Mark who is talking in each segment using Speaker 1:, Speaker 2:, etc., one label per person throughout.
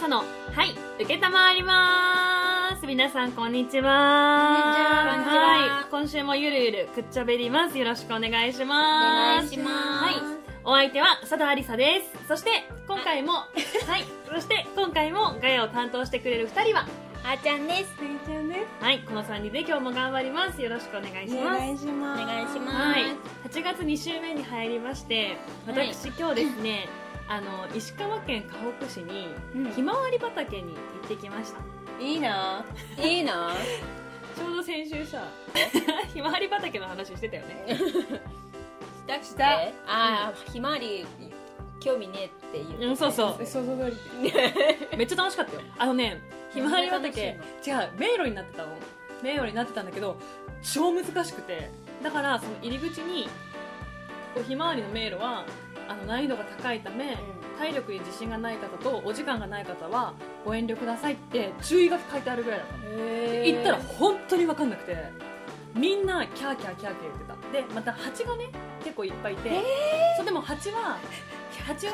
Speaker 1: さの、はい、受けたまわります。皆さん、こんにちは。
Speaker 2: こんにちは
Speaker 1: はい、今週もゆるゆるくっちゃべります。よろしくお願いし
Speaker 2: お
Speaker 1: ます。
Speaker 2: 願いします。
Speaker 1: はい。お相手は佐田ありさです。そして、今回も、はい、そして、今回もガヤを担当してくれる二人は、
Speaker 2: あーちゃんです。あーちゃんです。
Speaker 1: はい、この3人で今日も頑張ります。よろしくお願いします。
Speaker 3: いしま
Speaker 2: お願いしま
Speaker 1: は
Speaker 2: す。
Speaker 1: い、8月2週目に入りまして
Speaker 2: はい
Speaker 1: 私、今日ですね あの石川県かほく市にひまわり畑に行ってきました
Speaker 2: いいな。いい な。
Speaker 1: ちょうど先週 さひまわり畑の話してたよね
Speaker 2: したしたああ、ひまわり興味ねえって言って。
Speaker 1: うんそうそう
Speaker 3: 想像通 り
Speaker 1: めっちゃ楽しかったよあのねひまわり畑違
Speaker 2: なん
Speaker 1: う
Speaker 2: で
Speaker 1: 迷路になってたの迷路になってたんだけど超難しくてだからその入り口にこうひまわりの迷路はあの難易度が高いため、体力に自信がない方とお時間がない方はご遠慮くださいって注意が書いてあるぐらいだったの
Speaker 2: へー
Speaker 1: 行ったら本当に分かんなくてみんなキャーキャーキャーキャー言ってたでまた蜂がね結構いっぱいいて、そうでも蜂は蜂は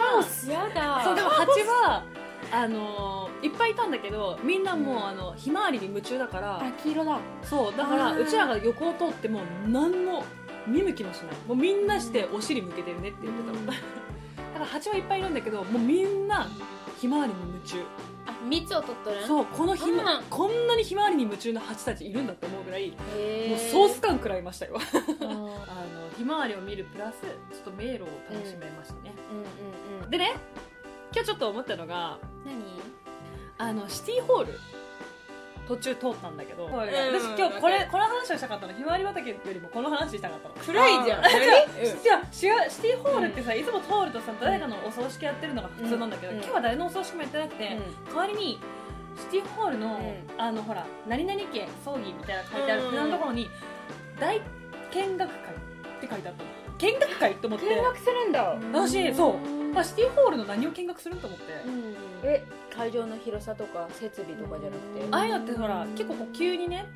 Speaker 2: やだ。
Speaker 1: そうでも蜂はあのーいっぱいいたんだけどみんなもう、
Speaker 2: うん
Speaker 1: あのひまわりに夢中だから
Speaker 3: 黄色だ
Speaker 1: そうだから
Speaker 2: あー
Speaker 1: うちらが横を通っても何も見向きもしないもうみんなしてお尻向けてるねって言ってた、
Speaker 2: うん
Speaker 1: だから蜂はいっぱいいるんだけどもうみんなひまわりに夢中
Speaker 2: あ、蜜を取っとる。う。
Speaker 1: そうこのひま
Speaker 2: うん
Speaker 1: こんなにひまわりに夢中な蜂たちいるんだと思うぐらいも
Speaker 2: へ
Speaker 1: う
Speaker 2: ー
Speaker 1: ソース感食らいましたよ
Speaker 2: うんう
Speaker 1: あ
Speaker 2: んうん
Speaker 1: のひまわりを見るプラスちょっと迷路を楽しめましたね、
Speaker 2: うん。
Speaker 1: でね今日ちょっと思ったのが
Speaker 2: 何？
Speaker 1: あのシティホール途中通ったんだけど、
Speaker 3: はい
Speaker 1: 私
Speaker 2: うん
Speaker 1: 今日こ
Speaker 2: わか
Speaker 1: れこの話をしたかったのひまわり畑よりもこの話したかったの
Speaker 2: 暗いじゃん。
Speaker 1: あー
Speaker 2: 何
Speaker 1: いや違うシティホールってさ、いつも通るとさ誰かのお葬式やってるのが普通なんだけど、
Speaker 2: うん
Speaker 1: 今日は誰のお葬式もやってなくて、代わりにシティホールの、
Speaker 2: う
Speaker 1: あのほら何々家葬儀みたいな書いてある
Speaker 2: うん
Speaker 1: 札、のところに大見学会って書いてあったの見学会と思って
Speaker 3: 見学するんだ
Speaker 2: うん
Speaker 1: 私そうあシティホールの何を見学するんと思って、
Speaker 2: うん
Speaker 3: え会場の広さとか設備とかじゃなくて
Speaker 2: うん
Speaker 1: ああいうのってほら結構こう急にね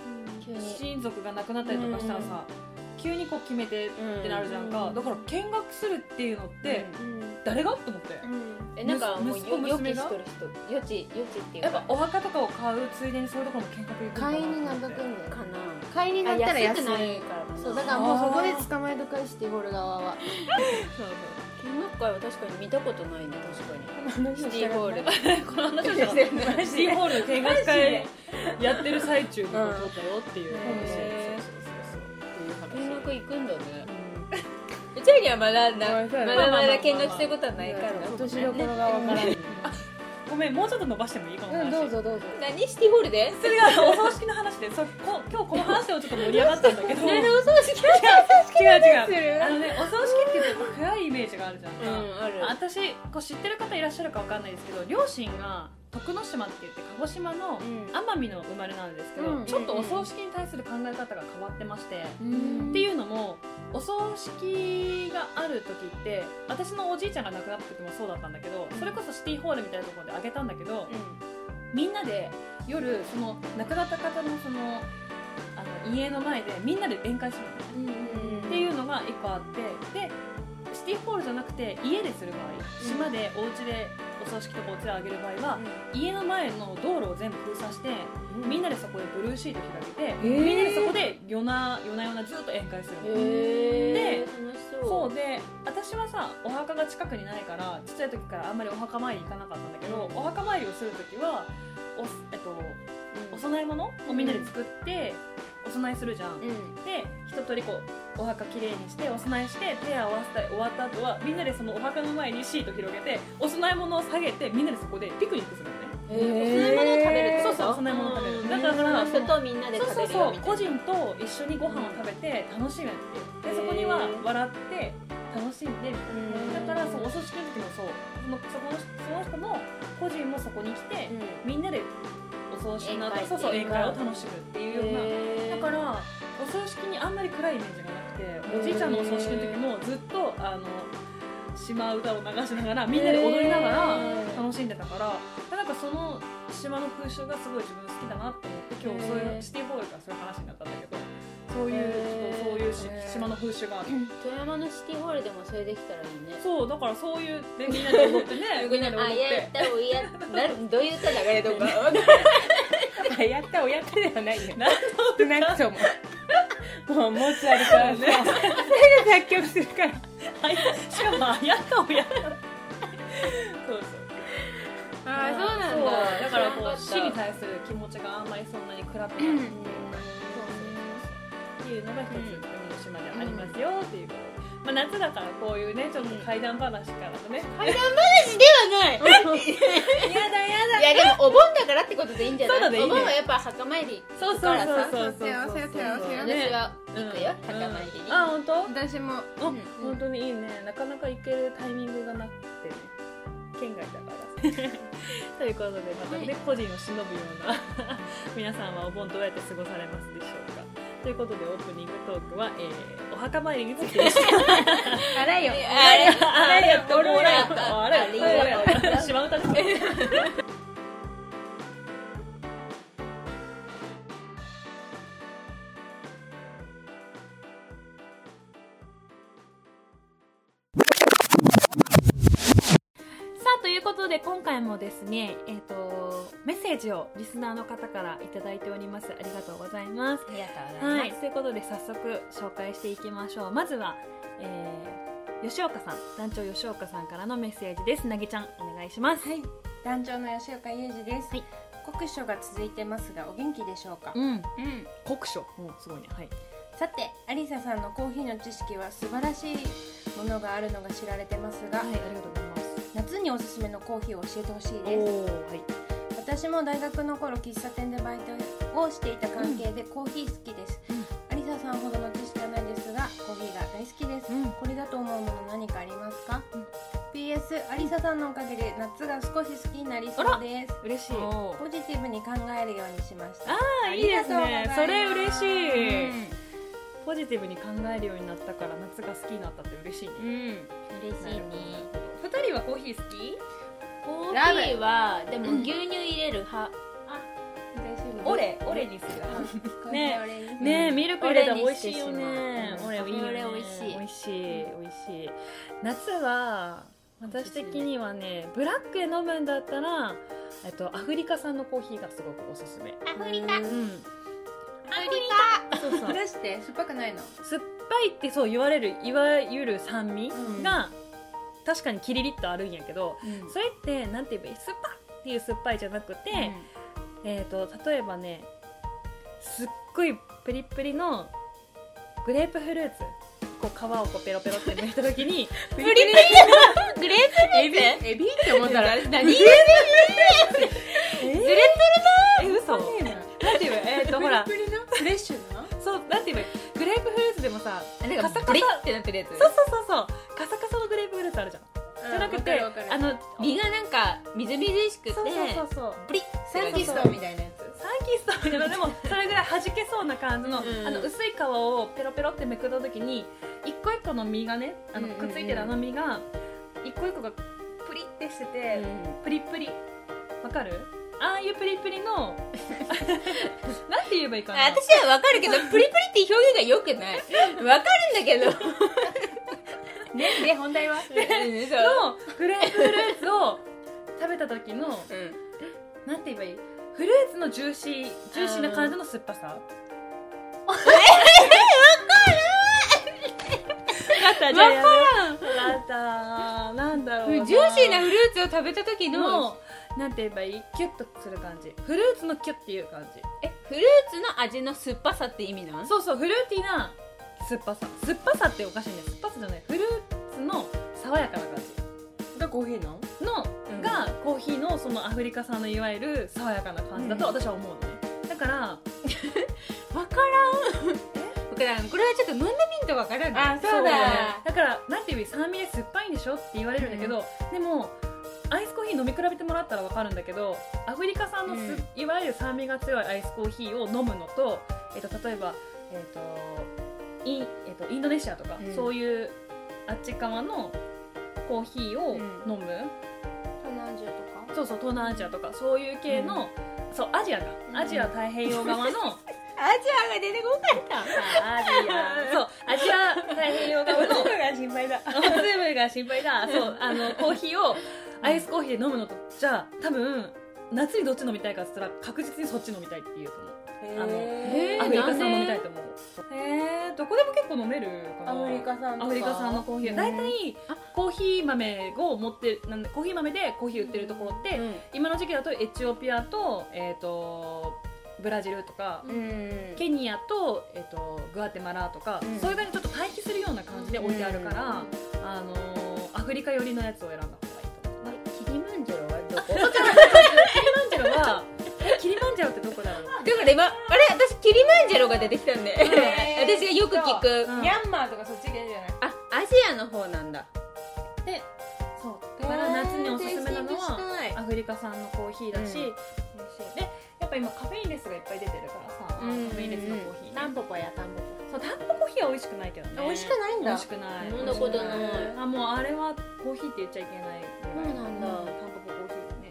Speaker 2: 急に
Speaker 1: 親族が亡くなったりとかしたらさ、急にこう決めてってなるじゃんか、
Speaker 3: うん
Speaker 1: だから見学するっていうのって
Speaker 3: うん
Speaker 1: 誰がと思って、
Speaker 2: えなんかもう
Speaker 1: 息子
Speaker 2: よ
Speaker 3: 予
Speaker 1: 娘
Speaker 3: 期
Speaker 1: が
Speaker 3: しとる人予知予知っていう
Speaker 1: やっ
Speaker 3: か
Speaker 1: ぱお墓とかを買うついでにそういうところも見学行くんだな
Speaker 4: 会員に
Speaker 1: と
Speaker 4: な
Speaker 1: 思
Speaker 4: っ
Speaker 1: って
Speaker 4: とくんだよ
Speaker 2: かな
Speaker 4: 会員になったら安い
Speaker 2: あ安くないからな
Speaker 4: そうだからもうそこで捕まえとかしてホール側は
Speaker 1: そうそう
Speaker 2: 見学会は確かに見たことないね確かにシ
Speaker 3: シ
Speaker 2: ティホー ル
Speaker 1: この話をしたらシティホールの見学会やってる最中にも撮ったよっていう話、
Speaker 2: うんへー
Speaker 1: そうそうそうそうっていう
Speaker 2: 見
Speaker 1: 話
Speaker 2: 学行くんだねうちらにはまだな
Speaker 3: そうそう
Speaker 2: まだまだ見学することはないから
Speaker 3: お年どころがわからん
Speaker 1: ごめんもうちょっと伸ばしてもいいかも
Speaker 3: うんどうぞどうぞ
Speaker 2: 何シティホールで
Speaker 1: それがお葬式の話でそうこ今日この話でもちょっと盛り上がったんだけど
Speaker 2: 何
Speaker 1: 違
Speaker 2: で
Speaker 1: う
Speaker 2: お葬式
Speaker 1: 違う
Speaker 3: る
Speaker 1: あのねお葬式って言うと暗いイメージがあるじゃん
Speaker 2: う
Speaker 1: か、
Speaker 2: んある
Speaker 1: 私こう知ってる方いらっしゃるかわかんないですけど両親が徳之島って言って鹿児島の
Speaker 2: うん
Speaker 1: 奄美の生まれなんですけど、
Speaker 3: うん
Speaker 1: ちょっとお葬式に対する考え方が変わってまして、
Speaker 3: うん
Speaker 1: っていうのもお葬式がある時って私のおじいちゃんが亡くなった時もそうだったんだけどそれこそシティホールみたいなところであげたんだけど、みんなで夜その亡くなった方のそのあの家の前でみんなで宴会するのね
Speaker 2: うん
Speaker 1: っていうのが一個あってでシティホールじゃなくて家でする場合島でお家でお葬式とかお通夜あげる場合は、家の前の道路を全部封鎖して、みんなでそこでブルーシート開けて、
Speaker 3: ー
Speaker 1: みんなでそこで夜な夜な夜なずっと宴会するの、
Speaker 2: へ
Speaker 1: で
Speaker 2: え楽しそ
Speaker 1: そううで私はさお墓が近くにないからちっちゃい時からあんまりお墓参り行かなかったんだけど、お墓参りをする時はお,、えっと、
Speaker 2: うん
Speaker 1: お供え物をみんなで作って、お供えするじゃん、
Speaker 2: うん
Speaker 1: で一通りこうお墓きれいにしてお供えして手を合わせたり終わった後はみんなでそのお墓の前にシート広げてお供え物を下げてみんなでそこでピクニックするのね
Speaker 2: へーお供え物を食べるって
Speaker 1: そ
Speaker 2: こ
Speaker 1: う
Speaker 2: と
Speaker 1: そうお供え物を食べる、
Speaker 2: うん
Speaker 1: だから
Speaker 2: 人とみんなで
Speaker 1: そう
Speaker 2: 食
Speaker 1: そ
Speaker 2: べ
Speaker 1: う
Speaker 2: るよ
Speaker 1: そう
Speaker 2: みたいな
Speaker 1: 個人と一緒にご飯を食べて楽しむっていうでそこには笑って楽しんでみたい
Speaker 2: うん
Speaker 1: なだからそうお葬式の時もそうそのそこのその人の個人もそこに来て、
Speaker 2: うん
Speaker 1: みんなでお葬式の後
Speaker 2: 宴会
Speaker 1: そうそう
Speaker 2: 宴
Speaker 1: 宴
Speaker 2: 会
Speaker 1: 会を楽しむっていうようなだか
Speaker 2: だ
Speaker 1: らお葬式にあんまり暗いイメージがなくておじいちゃんのお葬式の時もずっとあの島唄を流しながらみんなで踊りながら楽しんでたからなんかその島の風習がすごい自分好きだなって思って今日そういうシティホールからそういう話になったんだけどそうそういう
Speaker 3: へー
Speaker 1: ちょっとそういうし島の風習がある
Speaker 2: 富山のシティホールでもそれできたらいいね
Speaker 1: そうだからそういうでみんなで踊 ってねみんなで踊っ
Speaker 2: あやってたおやなんどういう歌流れとか
Speaker 3: あ やったおやったではない よ
Speaker 1: なん
Speaker 3: となくとももうモーツァルトはね作曲するから
Speaker 1: あやしかもあやったおやったそうそう
Speaker 2: あーそうなん
Speaker 1: そう
Speaker 2: だ
Speaker 1: だからこう
Speaker 2: 知
Speaker 1: 死
Speaker 2: ら
Speaker 1: に
Speaker 2: なかっ
Speaker 1: 対する気持ちがあんまりそんなに暗くない
Speaker 4: うん
Speaker 1: っていうのが一つ海の島ではありますよっていうこと、まあ、夏だからこういうねちょっと怪談話からのね怪談
Speaker 2: たい
Speaker 1: やだやだ
Speaker 2: やでもお盆だからってことでいいんじゃない
Speaker 1: そうだねいいね
Speaker 2: お盆はやっぱ墓参り
Speaker 1: そうそう
Speaker 2: だからさ
Speaker 1: そうそうそう
Speaker 4: 幸せ幸せ
Speaker 1: ね
Speaker 2: 私は行くよ、
Speaker 1: うん
Speaker 2: 墓参りに、
Speaker 1: あ本当
Speaker 4: 私も
Speaker 1: あ、
Speaker 2: うん
Speaker 1: 本当にいいねなかなか行けるタイミングがなくてね県外だからということでまたね、
Speaker 4: は
Speaker 1: 個人を忍ぶような 皆さんはお盆どうやって過ごされますでしょうかということでオープニングトークは、えーお墓参りについてでした
Speaker 3: あらよ
Speaker 2: あれ
Speaker 1: あれや
Speaker 2: った俺らやった
Speaker 1: あれやった俺らやった
Speaker 2: あれやった
Speaker 1: 島唄ですねさあということで今回もですね、えー、とメッセージをリスナーの方からいただいておりますありがとうございます。
Speaker 2: ありがとうございます、
Speaker 1: はい、ということで早速紹介していきましょうまずは、えー吉岡さん団長吉岡さんからのメッセージですなぎちゃんお願いします、
Speaker 3: はい団長の吉岡裕二です、
Speaker 1: はい
Speaker 3: 酷暑が続いてますがお元気でしょうか、
Speaker 1: うん
Speaker 3: うん
Speaker 1: 酷暑もうすごいねはい
Speaker 3: さてアリサさんのコーヒーの知識は素晴らしいものがあるのが知られてますが、
Speaker 1: はいありがとうございます
Speaker 3: 夏におすすめのコーヒーを教えてほしい
Speaker 1: お
Speaker 3: です
Speaker 1: おはい
Speaker 3: 私も大学の頃喫茶店でバイトをしていた関係でコーヒー好きです、
Speaker 1: うん
Speaker 3: アリサさんほどの知識はないですがコーヒーが大好きです、
Speaker 1: うん
Speaker 3: これだと思うもの何かありますか、
Speaker 1: うん
Speaker 3: PS アリサさんのおかげで夏が少し好きになりそうです
Speaker 1: 嬉しい
Speaker 2: お
Speaker 3: ポジティブに考えるようにしました
Speaker 1: ああいいですねそ
Speaker 3: あり
Speaker 1: れ
Speaker 3: がとうございま
Speaker 1: 嬉
Speaker 3: す
Speaker 1: しい、
Speaker 2: うん
Speaker 1: ポジティブに考えるようになったから夏が好きになったって嬉しいね、
Speaker 2: うん嬉
Speaker 1: な
Speaker 2: しい
Speaker 1: る
Speaker 2: ね
Speaker 1: ほどなるほど二人はコーヒー好き
Speaker 2: コ
Speaker 3: ラブ
Speaker 2: ーヒーはでも牛乳入れる派
Speaker 1: オレオレにするね
Speaker 3: ねえ
Speaker 1: ねえ、
Speaker 2: うん
Speaker 1: ミルク入れたら美味しいよね
Speaker 2: オ
Speaker 1: オ
Speaker 2: レ
Speaker 1: レ
Speaker 2: にし
Speaker 1: いい
Speaker 2: てしまううん
Speaker 1: よね
Speaker 2: オレ美味しい
Speaker 1: 美味しい美味しい夏は私的にはねブラックで飲むんだったらえっとアフリカ産のコーヒーがすごくおすすめ
Speaker 2: アフリカアフ
Speaker 1: う
Speaker 2: リ
Speaker 1: んそう そう
Speaker 3: ふらして酸っぱくないの
Speaker 1: 酸っぱいってそう言われるいわゆる酸味が確かにキリリッとあるんやけど
Speaker 2: カ
Speaker 1: それってなんて言えばいい酸っぱっていう酸っぱいじゃなくて、えー、と例えばねすっごいプリップリのグレープフルーツこう皮をこうペロペロって剥いた時 に
Speaker 2: プリプリのグレープフルーツエビエビって思ったら何グレー
Speaker 1: えー、
Speaker 2: プ
Speaker 1: え嘘なんて言えばえー、とほら
Speaker 3: プリプリのフレッシュな
Speaker 1: そうなんて言えばグレープフルーツでもさ
Speaker 2: フルーツ
Speaker 1: カ
Speaker 2: カ
Speaker 1: サ
Speaker 2: サ
Speaker 1: カ
Speaker 2: カ
Speaker 1: サ
Speaker 2: サってなってるやつ
Speaker 1: そうそうそうそうカサカサのグレープフルーツあるじゃんじゃなくてあ
Speaker 3: あの
Speaker 1: の
Speaker 2: 身がなんかみずみずしくて
Speaker 1: そうそうそうそう
Speaker 2: プリッ
Speaker 3: サンキス
Speaker 2: ト
Speaker 3: トみたいなやつ
Speaker 1: サンキストみたいなで もそれぐらい弾けそうな感じの,、
Speaker 2: うん
Speaker 1: あの薄い皮をペロペロってめくった時に一個一個の実がねあの
Speaker 3: うんうん
Speaker 1: く
Speaker 3: うん
Speaker 1: っついてるあの実が一個一個がプリってしてて、プリプリわかるああいうプリプリ のなんて言えばいいかな
Speaker 2: 私はわかるけどプリプリって表現が良くないわかるんだけど
Speaker 3: ねで本題 は
Speaker 2: うんそう
Speaker 1: のグレープフルーツを食べた時の
Speaker 2: うん
Speaker 1: なんて言えばいいフルーツのジューシージューシーな感じの酸っぱさえわかるわからんわかったなんだろうな
Speaker 2: ジューシーなフルーツを食べた時の
Speaker 1: のなんて言えばいいキュッとする感じフルーツのキュッっていう感じ
Speaker 2: えフルーツの味の酸っぱさって意味なん
Speaker 1: そうそうフルーティーな酸っぱさ酸っぱさっておかしいね酸っぱさじゃないフルーツの爽やかな感じ
Speaker 3: がコーヒーの
Speaker 1: の、
Speaker 2: うん
Speaker 1: がコーヒーのそのアフリカ産のいわゆる爽やかな感じだと私は思うのね、だから
Speaker 2: わからんわからんこれはちょっと飲んでみんとわからんね
Speaker 3: あ
Speaker 2: そうだ
Speaker 1: だからなんていうより酸味で酸っぱいんでしょって言われるんだけど、でもアイスコーヒー飲み比べてもらったら分かるんだけどアフリカ産のす、いわゆる酸味が強いアイスコーヒーを飲むのと,、えっと例えば、えっとインえっとインドネシアとか、
Speaker 2: うん
Speaker 1: そういうあっち側のコーヒーを
Speaker 2: うん
Speaker 1: 飲む、
Speaker 3: 東南アジアと か
Speaker 1: そうそう東南アジアとかそういう系の、そうアジアかアジア太平洋側の
Speaker 2: アが出てこなかった
Speaker 3: アジア
Speaker 1: そうアジア太平洋側の
Speaker 2: 喉が心配だ
Speaker 1: おつぶが心配だそうあのコーヒーをアイスコーヒーで飲むのとじゃあ多分夏にどっち飲みたいかっつったら確実にそっち飲みたいって言うと思うあの
Speaker 2: へー
Speaker 1: アフリカ産飲み
Speaker 2: な
Speaker 1: た
Speaker 2: ん
Speaker 1: い
Speaker 2: で
Speaker 1: と思うへえどこでも結構飲めるかな
Speaker 3: アフリカさんとか
Speaker 1: アフリカ産のコーヒー大体コーヒー豆を持ってなんでコーヒー豆でコーヒー売ってるところって、今の時期だとエチオピアと,、えー、とブラジルとか、
Speaker 3: うん
Speaker 1: ケニアと,、えー、とグアテマラとか、
Speaker 3: うん
Speaker 1: そういう場合にちょっと待機するような感じで置いてあるから、あのーアフリカ寄りのやつを選んだ方がいいと思う。
Speaker 2: キリマンジャロはどこ
Speaker 1: キリマンジャロはえキリマンジャロってどこだろう
Speaker 2: だから今あれ私キリマンジャロが出てきたんで
Speaker 3: へ ー
Speaker 2: 私がよく聞く、
Speaker 1: うん
Speaker 3: ミャンマーとかそっち系じゃない
Speaker 2: あアジアの方なんだ
Speaker 1: でそうだから夏におすすめなのはアフリカ産のコーヒーだし、
Speaker 2: うん
Speaker 1: 美味しいでやっぱ今カフェインレスがいっぱい出てるからさ、
Speaker 2: うん
Speaker 1: カフェインレスのコーヒーね、
Speaker 2: タンポポやタンポ
Speaker 1: そうタンポポコーヒーは美味しくないけどね
Speaker 2: あ美味しくないんだ
Speaker 1: 美味しくない
Speaker 2: 飲んだことない
Speaker 1: あもうあれはコーヒーって言っちゃいけないぐらい
Speaker 2: そうなんだ
Speaker 1: タンポポコーヒーってね、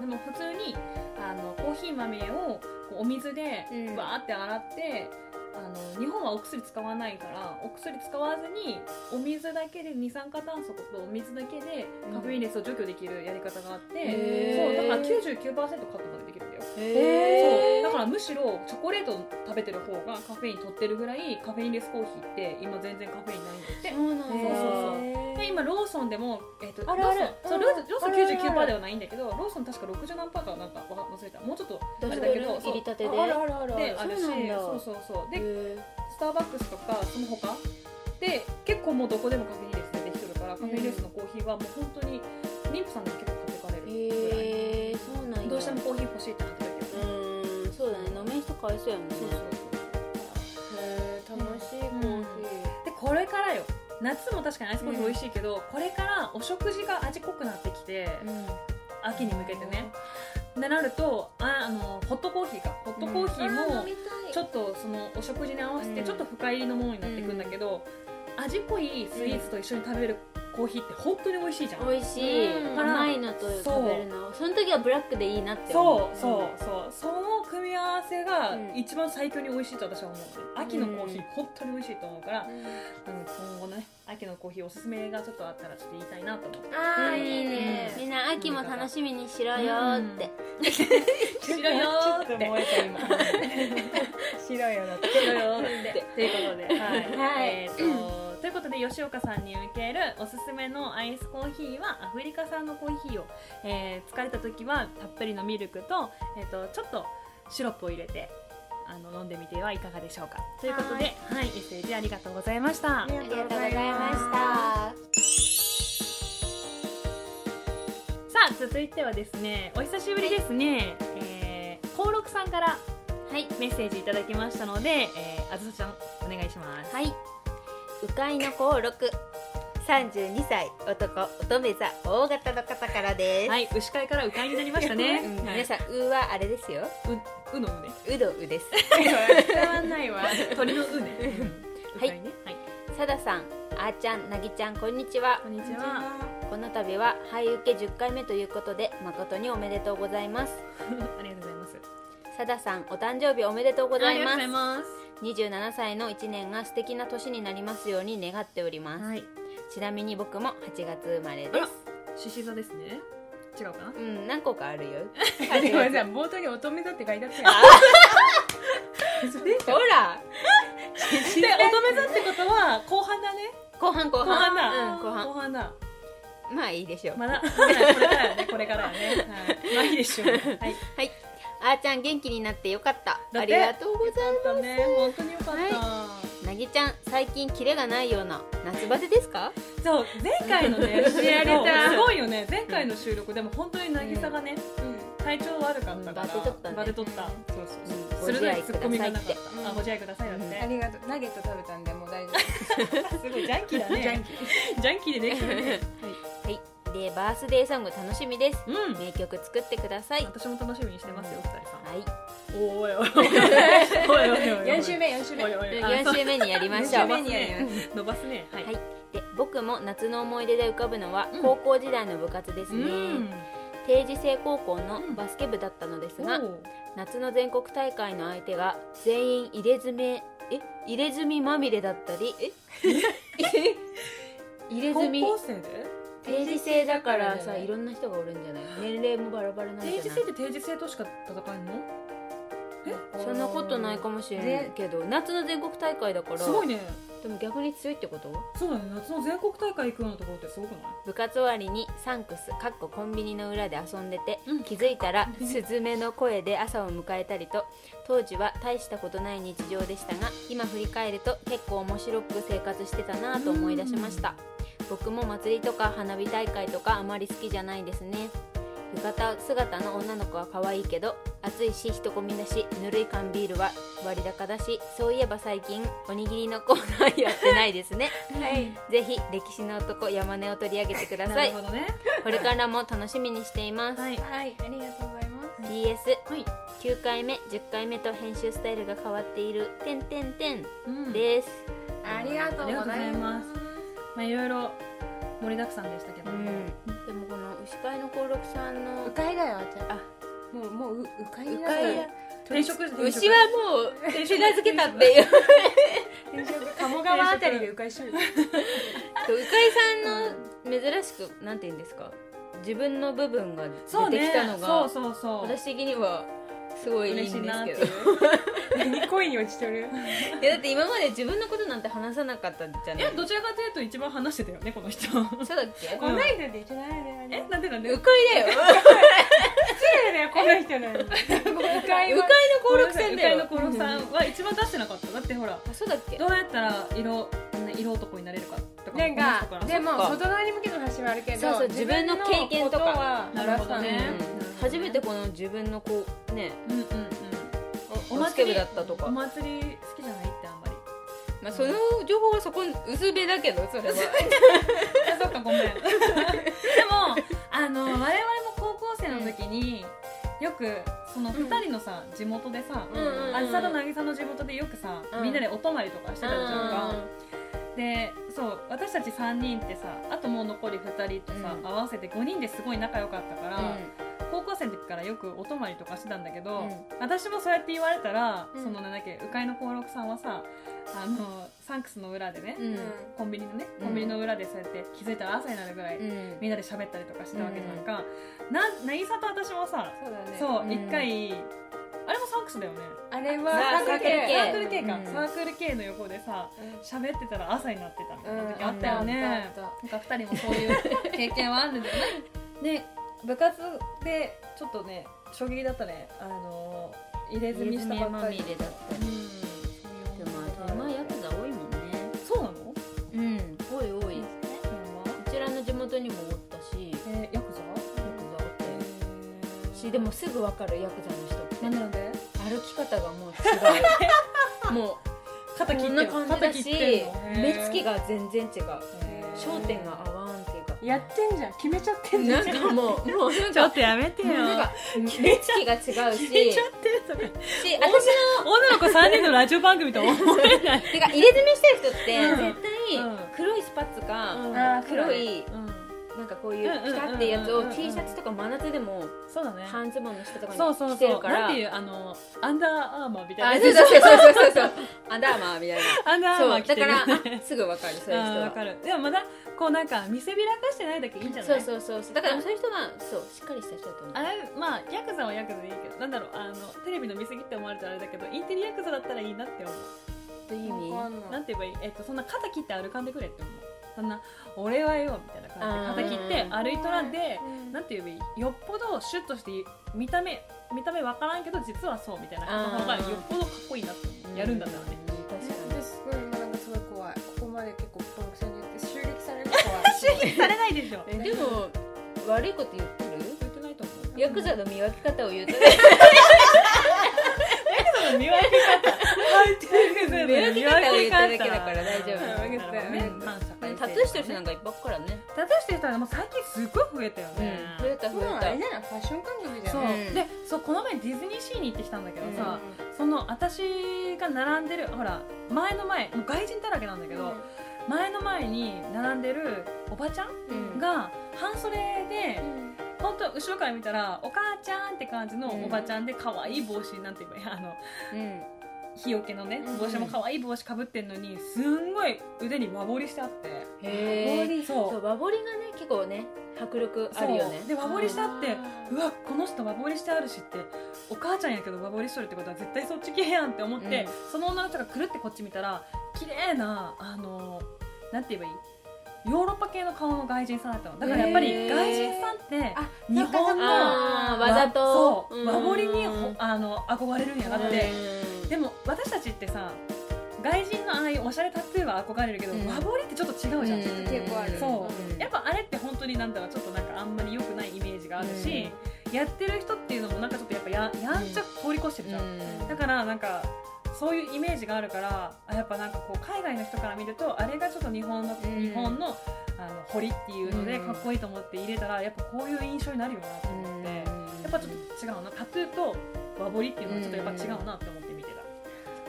Speaker 1: うん、でも普通にあのコーヒー豆をこうお水で
Speaker 3: うん
Speaker 1: バーって洗って、あの日本はお薬使わないからお薬使わずにお水だけで二酸化炭素とお水だけでカフェインレスを除去できるやり方があって、
Speaker 2: へー
Speaker 1: そうだから99%カットまでできるんだよ
Speaker 2: ポ
Speaker 1: そう
Speaker 2: へ
Speaker 1: だからむしろチョコレートを食べてる方がカフェイン取ってるぐらいカフェインレスコーヒーって今全然カフェインないんだって
Speaker 2: そうなんだ
Speaker 1: そうそうそうで今ローソンでも、えっとローソンそうローソンローソン
Speaker 3: ある
Speaker 1: 99%
Speaker 3: ある
Speaker 1: ではないんだけどローソン確か60何パーかなんかわか忘れたもうちょっと
Speaker 2: 出
Speaker 1: あれ
Speaker 2: し
Speaker 1: だ
Speaker 2: て
Speaker 1: け
Speaker 2: る
Speaker 1: ど
Speaker 2: 入りたてで
Speaker 1: そう
Speaker 2: へ
Speaker 1: あるあるあるであるし
Speaker 2: そうなんだ
Speaker 1: そうそうそうで
Speaker 2: ー
Speaker 1: スターバックスとかその他で結構もうどこでもカフェインレス出てきてるからカフェインレスのコーヒーはもう本当に妊婦さんでも結構買ってかれるぐらい、
Speaker 2: へーそうなんだ
Speaker 1: どうしてもコーヒー欲しいってなってるけど
Speaker 2: うーんそうだね飲めん人かわいそうやもんね
Speaker 1: そうそうそう
Speaker 3: へー楽しいコーヒ
Speaker 1: でこれからよ夏も確かにアイスコーヒー美味しいけど、これからお食事が味濃くなってきて、秋に向けてねでなるとああのホットコーヒーかホットコーヒーもちょっとそのお食事に合わせて
Speaker 3: うん
Speaker 1: ちょっと深入りのものになっていくんだけど、味濃いスイーツと一緒に食べるコーヒーって本当に美味しいじゃん、
Speaker 2: 美味しい
Speaker 3: うん
Speaker 2: 甘いのと食べるのその時はブラックでいいなって思
Speaker 1: そううそうそうその組み合わせが
Speaker 2: うん
Speaker 1: 一番最強に美味しいと私は思う、秋のコーヒー本当に美味しいと思うから、うん今後のね秋のコーヒーおすすめがちょっとあったらちょっと言いたいなと思って
Speaker 3: あーいい
Speaker 2: み
Speaker 3: ね
Speaker 2: んな秋も楽しみにしろよーって
Speaker 1: 白よーって
Speaker 3: 燃えた今白いよな
Speaker 1: 白よー ってということではい、
Speaker 2: はい
Speaker 1: えーとということで吉岡さんに受けるおすすめのアイスコーヒーはアフリカ産のコーヒーを、えー疲れた時はたっぷりのミルクと,、えー、とちょっとシロップを入れてあの飲んでみてはいかがでしょうかということで、はい、メッセージありがとうございました。
Speaker 2: ありがとうございました
Speaker 1: さあ続いてはですねお久しぶりですね、えー、幸六さんから
Speaker 2: はい
Speaker 1: メッセージいただきましたので、えー、あずさちゃんお願いします
Speaker 2: はい。鵜飼いの幸六。三十二歳男乙女座大型の方からです。
Speaker 1: はい、牛飼いから鵜飼いになりましたね。
Speaker 2: うん
Speaker 1: はい
Speaker 2: 皆さん、うはあれですよ。
Speaker 1: う、うのう ね。
Speaker 2: うどうです。
Speaker 3: 伝わんないわ
Speaker 1: 鳥の うね。
Speaker 2: ん
Speaker 1: 鵜飼いね。はい。
Speaker 2: さださん、あーちゃん、なぎちゃん、こんにちは
Speaker 1: こ。んにちは。
Speaker 2: この度は、俳受け十回目ということで、誠におめでとうございます。
Speaker 1: ありがとうございます。
Speaker 2: さださん、お誕生日おめでとうご
Speaker 1: ご
Speaker 2: ざいます。
Speaker 1: ます。
Speaker 2: 27歳の1年が素敵な年になりますように願っております。
Speaker 1: はい。
Speaker 2: ちなみに僕も8月生まれ
Speaker 1: あ
Speaker 2: で
Speaker 1: ら
Speaker 2: す。
Speaker 1: 獅子座ですね。違うかな。
Speaker 2: うん、何個かあるよ。
Speaker 3: あでもさ冒頭に乙女座って書いてあったよ
Speaker 2: ほら
Speaker 1: で、乙女座ってことは後半だね。
Speaker 2: 後半後
Speaker 1: 後
Speaker 2: 半
Speaker 1: 半だ。
Speaker 2: うん、後半
Speaker 1: 後半だ。
Speaker 2: まあいいでしょう、
Speaker 1: まだまだこれからやね。これからやね。はい。まあいいでしょう。はい。
Speaker 2: はいあーちゃん元気になってよかった
Speaker 1: だ
Speaker 2: あ
Speaker 1: っ
Speaker 2: り
Speaker 1: て
Speaker 2: がとうござい
Speaker 1: よかったね。本当によかっ
Speaker 2: ますなぎちゃん最近キレがないような夏バテですか
Speaker 1: た。そう、前回の ね、
Speaker 3: やれた
Speaker 1: すごいよね。前回の収録でも本当に渚がね、体調悪かったから
Speaker 2: うんバテとったね
Speaker 1: バテとったそう
Speaker 2: うん
Speaker 1: そう鋭い
Speaker 2: ご自愛
Speaker 1: ツッコミがなかっ
Speaker 2: くだ
Speaker 1: た、
Speaker 3: さいって
Speaker 1: あご自愛くださいだって、
Speaker 3: ありがとうナゲット食べたんでもう大丈
Speaker 1: すごいジャンキーだね ジャンキーでできてるね、
Speaker 2: はいでバースデーソング楽しみです
Speaker 1: うん
Speaker 2: 名曲作ってくださいは
Speaker 1: 私も楽しみにしてますよ、二人さん。
Speaker 2: い
Speaker 1: おいおいおいおいおいおいお
Speaker 3: 夫
Speaker 1: い。
Speaker 3: 四週目四週目
Speaker 1: おいおいおい。あ
Speaker 2: 4週目にやりましょ
Speaker 1: そう
Speaker 2: う
Speaker 1: 伸ばす
Speaker 3: 四週目にやりま
Speaker 1: ね。伸ばすね。はい。
Speaker 2: はいで僕も夏の思い出で浮かぶのは
Speaker 1: うん
Speaker 2: 高校時代の部活です
Speaker 1: う
Speaker 2: ね、
Speaker 1: ん。
Speaker 2: 定時制高校
Speaker 1: う
Speaker 2: の
Speaker 1: ん
Speaker 2: バスケ部だったのですが、
Speaker 1: おう
Speaker 2: 夏の全国大会の相手が全員入れ墨え入れ墨まみれだったりえ入れ墨
Speaker 1: 高校生で
Speaker 2: 定時制だから
Speaker 1: 定時制だから
Speaker 2: さ
Speaker 1: ね
Speaker 2: いろんな人がおるんじゃない年齢もバラバラなんじゃ
Speaker 1: 定
Speaker 2: ない
Speaker 1: 時制って定時制としか戦えんの
Speaker 2: そんなことないかもしれないけど、夏の全国大会だから
Speaker 1: すごいね
Speaker 2: でも逆に強いってこと
Speaker 1: そうだね夏の全国大会行くようなところってすごくない
Speaker 2: 部活終わりにサンクスかっこコンビニの裏で遊んでて、
Speaker 1: うん
Speaker 2: 気づいたらスズメの声で朝を迎えたりと当時は大したことない日常でしたが今振り返ると結構面白く生活してたなぁと思い出しました僕も祭りとか花火大会とかあまり好きじゃないですね浴衣姿の女の子は可愛いけど暑いし人混みだしぬるい缶ビールは割高だしそういえば最近おにぎりのコーナーやってないですね
Speaker 1: はい
Speaker 2: ぜひ歴史の男山根を取り上げてくださ
Speaker 1: ないるほどね
Speaker 2: これからも楽しみにしています、
Speaker 1: はい
Speaker 3: はいありがとうございます
Speaker 2: PS、
Speaker 1: はい
Speaker 2: 9回目10回目と編集スタイルが変わっている「てんてんてん
Speaker 1: うん」
Speaker 2: です、
Speaker 3: ありがとうございます
Speaker 1: まあいろいろ盛りだくさんでしたけ
Speaker 2: う
Speaker 1: ども
Speaker 2: ん、でもこの牛飼いの幸六さんの
Speaker 4: うかいだよあちゃん
Speaker 2: あ
Speaker 4: もうもうううかいだ
Speaker 2: う
Speaker 4: よ
Speaker 2: かい
Speaker 1: 転職転職
Speaker 2: 牛はもう手名付けたっていう
Speaker 4: 転職鴨川あたりでうかいしとる
Speaker 2: うかいさんの珍しくなんて言うんですか自分の部分が
Speaker 1: そう
Speaker 2: 出て
Speaker 1: ね
Speaker 2: きたの
Speaker 1: そう
Speaker 2: が、
Speaker 1: そうそう
Speaker 2: 私的にはすごいいいんで
Speaker 1: 嬉
Speaker 2: す
Speaker 1: しい
Speaker 2: け
Speaker 1: な
Speaker 2: ど
Speaker 1: っていう
Speaker 4: 何コイン落ちとる
Speaker 2: いやだって今まで自分のことなんて話さなかったじゃない
Speaker 1: いやどちらかというと一番話してたよねこの人
Speaker 2: そうだっけ
Speaker 4: こないだで一緒ないだよ
Speaker 1: え
Speaker 4: ね
Speaker 1: なんでなんで
Speaker 2: うかいだよ
Speaker 4: そうだよこの人なのにうかい
Speaker 2: 鵜飼
Speaker 4: はい
Speaker 2: の幸六
Speaker 1: う
Speaker 2: 戦だ
Speaker 1: かい
Speaker 2: よ
Speaker 1: の幸六さんは一番出してなかっただってほら
Speaker 2: あそうだっけ
Speaker 1: どうやったら色色男になれるかとか
Speaker 4: なん
Speaker 1: この人
Speaker 4: かでも
Speaker 2: そっか
Speaker 4: 外側に向けての橋はあるけど
Speaker 2: そうそう自分の経
Speaker 4: 自分の
Speaker 2: 験とか
Speaker 4: ことは
Speaker 1: なるほどね
Speaker 2: うん初めてこの自分のこうね
Speaker 1: うんうんうん
Speaker 2: おバスケ部だったとか
Speaker 1: お祭り好きじゃないってあんまり
Speaker 2: まあその情報はそこ薄べだけどそれは
Speaker 1: あそっかごめん でもあの我々も高校生の時によくその2人のさ地元でさ
Speaker 2: うんうんうん
Speaker 1: あずさと渚の地元でよくさ
Speaker 2: うん
Speaker 1: みんなでお泊まりとかしてたじゃんかでそう私たち3人ってさあともう残り2人とさ
Speaker 2: うん
Speaker 1: 合わせて5人ですごい仲良かったか
Speaker 2: う
Speaker 1: ら高校生の時からよくお泊まりとかしてたんだけど、
Speaker 2: うん
Speaker 1: 私もそうやって言われたら、
Speaker 4: うん
Speaker 1: そのなんだっけ鵜飼の幸六さんはさあのサンクスの裏でね、
Speaker 2: ん
Speaker 1: コンビニのね
Speaker 2: うん
Speaker 1: コンビニの裏でそうやって気づいたら朝になるぐらい、
Speaker 2: うんうん
Speaker 1: みんなで喋ったりとかしてたわけじゃんか、な渚と私もさ、
Speaker 4: そうだね
Speaker 1: そう
Speaker 2: うん
Speaker 1: 一回あれもサンクスだよね
Speaker 4: あれはサ
Speaker 2: あ
Speaker 4: ークル
Speaker 1: サ
Speaker 2: 系
Speaker 4: 系
Speaker 1: ークル系か、
Speaker 2: うん
Speaker 1: サークル系の横でさ喋ってたら朝になってたみたいな
Speaker 4: う
Speaker 1: 時
Speaker 4: ん
Speaker 1: あったよ
Speaker 4: あっ
Speaker 1: ね
Speaker 4: たあっ
Speaker 1: なんか2人もそういう経 験はあるんだよねね部活でちょっとね衝撃だったねあの入れ墨したばっかり
Speaker 2: 入れ墨まみれだった
Speaker 1: うん
Speaker 2: でもあれまあやつが多いもんね
Speaker 1: そうなの
Speaker 2: うん多い多い
Speaker 1: 富山
Speaker 2: こちらの地元にもおったしよ
Speaker 1: えー、ヤクザ
Speaker 2: くおったよ
Speaker 1: えー
Speaker 2: しでもすぐわかるヤクザの人って
Speaker 1: なんでなんで
Speaker 2: 歩き方がもう 違うもう
Speaker 1: 肩切
Speaker 2: こ
Speaker 1: って
Speaker 2: んな感じだし目つき
Speaker 1: が
Speaker 2: が全然違う焦点が合わんっていうか
Speaker 4: やってんじゃん決めちゃってんじゃ
Speaker 2: なんんかもう、もうなん
Speaker 1: ちょ
Speaker 2: か
Speaker 1: っ、とやめてよ
Speaker 2: なんか、目つきが違うし、
Speaker 1: 聞い
Speaker 2: し
Speaker 1: ちゃ、ってそれ
Speaker 2: 私
Speaker 1: 女の子3人のラジオ番組とは 思えない
Speaker 2: の、てか入れ墨してる人
Speaker 1: うん
Speaker 2: って、絶
Speaker 1: うん
Speaker 2: 対、黒いスパッツ
Speaker 1: う
Speaker 2: か、
Speaker 1: ん
Speaker 4: あー
Speaker 2: 黒い、
Speaker 1: うん
Speaker 2: なんかこういう
Speaker 1: うんうんうんうんう、ん
Speaker 2: ピタってやつを T シャツとか真夏でも、
Speaker 1: そうだね
Speaker 2: 半ズボンの人とか
Speaker 1: そう
Speaker 2: に
Speaker 1: そう
Speaker 2: 着て
Speaker 1: そ
Speaker 2: る
Speaker 1: う
Speaker 2: から、
Speaker 1: なん
Speaker 2: あ
Speaker 1: ていうあのアンダーアーマーみたい
Speaker 2: そう
Speaker 1: な
Speaker 2: そうそうそうそうそう、アンダーマーみたい
Speaker 1: アンダーアーマ
Speaker 2: な。そ
Speaker 1: ー
Speaker 2: う、
Speaker 1: 着て
Speaker 2: だ
Speaker 1: る
Speaker 2: から、
Speaker 1: よね
Speaker 2: あすぐわかる、そういう
Speaker 1: あーわ
Speaker 2: 人
Speaker 1: か
Speaker 2: は。
Speaker 1: るでもまだこうなんか見せびらかしてないだけいいんじゃない
Speaker 2: そうそうそうそう、だからそういう人は、そう、しっかりした人だと思う
Speaker 1: あ。れまあヤクザはヤクザでいいけどなんだろうあのテレビの見過ぎって思われたらあれだけどインテリヤクザだったらいいなって思う
Speaker 2: という意味、
Speaker 4: わかんな
Speaker 1: ないんて言えばいい、えっと、そんな肩切って歩かんでくれって思うそんな「俺はよ」みたいな感じで肩切って
Speaker 2: うん
Speaker 1: 歩いとらんで
Speaker 4: うん
Speaker 1: なんて言えばいいよっぽどシュッとして見た目見た目分からんけど実はそうみたいな方が
Speaker 2: う
Speaker 1: よ
Speaker 2: ん
Speaker 1: っぽどかっこいいなって思うやるんだったらね
Speaker 2: うん確かに。
Speaker 4: すごい今なんかすごい怖いここまで結構このくせに言って襲撃されるの
Speaker 1: 刺激されないでしょ
Speaker 2: えでも悪いこと言ってる
Speaker 1: 言ってないと思う
Speaker 2: ヤクザの見分け方を言うとね
Speaker 1: ザの見分け方
Speaker 2: 見分け方を言っただけだから大丈
Speaker 4: うん
Speaker 1: なるほどね
Speaker 4: うん
Speaker 1: 反社会性
Speaker 2: 夫タトゥーしてる人なんかいっぱいおっからね
Speaker 1: タトゥーしてる人はもう最近すっごい増えたよ
Speaker 2: うん
Speaker 1: ね、
Speaker 2: 増えた増
Speaker 4: 怖いもう
Speaker 2: え
Speaker 4: あ
Speaker 2: た
Speaker 4: れじゃないファッション感覚じゃ
Speaker 1: そう、
Speaker 4: ない
Speaker 2: うん
Speaker 1: でそうこの前ディズニーシーに行ってきたんだけどさ、
Speaker 4: う
Speaker 1: その私が並んでるほら前の前もう外人だらけなんだけど、前の前に並んでるおばちゃん
Speaker 2: うん
Speaker 1: が半袖で
Speaker 4: うん
Speaker 1: 本当後ろから見たらお母ちゃんって感じの
Speaker 2: うん
Speaker 1: おばちゃんで可愛い帽子なんて言えばいいあの
Speaker 2: うん
Speaker 1: 日よけのね
Speaker 2: うん
Speaker 1: 帽子も可愛い帽子かぶってんのにすんごい腕に輪彫りしてあって
Speaker 2: へえ
Speaker 1: そう
Speaker 2: そう和彫りがね結構ね迫力あるよね
Speaker 1: そうで和彫りしてあって
Speaker 2: あー
Speaker 1: うわこの人和彫りしてあるしってお母ちゃんやけど和彫りしとるってことは絶対そっち系やんって思って、
Speaker 2: うん
Speaker 1: その女の人がくるってこっち見たら綺麗なあのなんて言えばいいヨーロッパ系の顔の外人さんだったのだからやっぱり
Speaker 2: へー
Speaker 1: 外人さんって
Speaker 3: あ
Speaker 1: 日本の
Speaker 2: あーわざと
Speaker 1: そう和彫りにほ
Speaker 2: うん
Speaker 1: あの憧れるんやなって
Speaker 2: うん
Speaker 1: でも私たちってさ外人のああいうおしゃれタトゥーは憧れるけど、
Speaker 2: うん
Speaker 1: 和彫りってちょっと違うじゃん、
Speaker 2: うん
Speaker 4: 結構ある
Speaker 1: そう
Speaker 2: うん
Speaker 1: やっぱあれって本当になんだろうちょっとなんかあんまり良くないイメージがあるし、やってる人っていうのもなんかちょっとやっぱややんちゃ通り越してるじゃん、
Speaker 2: うん
Speaker 1: だからなんかそういうイメージがあるからあやっぱなんかこう海外の人から見るとあれがちょっと日本の、
Speaker 2: うん
Speaker 1: 日本のあの彫りっていうので
Speaker 2: うん
Speaker 1: かっこいいと思って入れたらやっぱこういう印象になるよなと思って、やっぱちょっと違うなタトゥーと和彫りっていうのはちょっとやっぱ違うなって思って見て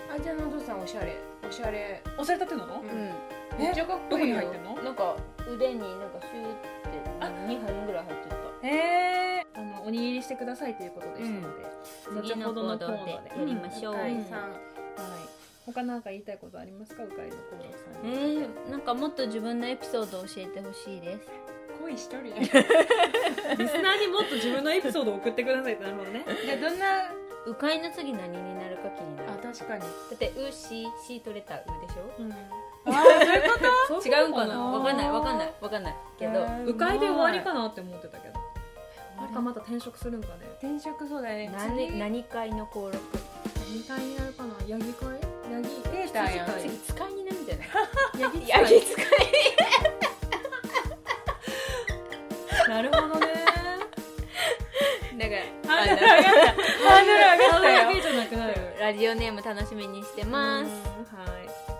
Speaker 1: た
Speaker 4: あじゃあのお父さんおしゃれおしゃれ
Speaker 1: おしゃれタトゥーなの、
Speaker 4: うん
Speaker 2: うん
Speaker 1: え
Speaker 4: めっちゃかっこいいよ
Speaker 1: どこに入ってんの
Speaker 2: なんか腕になんかシューって
Speaker 1: あ
Speaker 2: 2本ぐらい入ってた
Speaker 1: えー、あのおにぎりしてくださいということでしたので、
Speaker 2: 次の行動でやりましょう、
Speaker 1: うんは
Speaker 2: う
Speaker 4: 第
Speaker 1: い
Speaker 2: ん
Speaker 4: 3
Speaker 1: はい。他なんか言いたいことありますか、うかいのコーさん
Speaker 2: え
Speaker 1: に。
Speaker 2: ー、なんかもっと自分のエピソードを教えてほしいです
Speaker 4: 恋しとるやん
Speaker 1: リスナーにもっと自分のエピソードを送ってくださいってなるほどね。
Speaker 4: じゃあどんな
Speaker 2: うかいの次何になるか気になる
Speaker 4: あ
Speaker 2: だ
Speaker 4: 確かに
Speaker 2: ってうしし取れたうでしょ
Speaker 1: うん。
Speaker 4: あそういうこ
Speaker 2: 違うんかな
Speaker 1: そう
Speaker 2: わかんないわかんないわかんないけど、
Speaker 1: うかいで終わりかなって思ってたけど。なんかまた転職するんかね。
Speaker 4: 転職そうだね
Speaker 2: 何何回の登録
Speaker 1: 二回になるかな、ヤギ会。ヤギ。
Speaker 4: データやん
Speaker 2: 次使いになるんじゃ ない
Speaker 1: ヤギ
Speaker 2: ヤギ使い
Speaker 1: なるほどね。
Speaker 2: だから
Speaker 1: ハードル上
Speaker 2: あ
Speaker 1: がった。ハードル上がったよ。
Speaker 4: ハードル上がったよ
Speaker 1: じゃなくなる。
Speaker 2: ラジオネーム楽しみにしてます
Speaker 1: は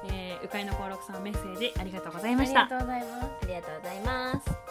Speaker 1: い。えー、うかいの登録さんメッセージありがとうござい
Speaker 4: あ
Speaker 1: ま
Speaker 4: り
Speaker 1: した
Speaker 4: が。とうございます
Speaker 2: ありがとうございます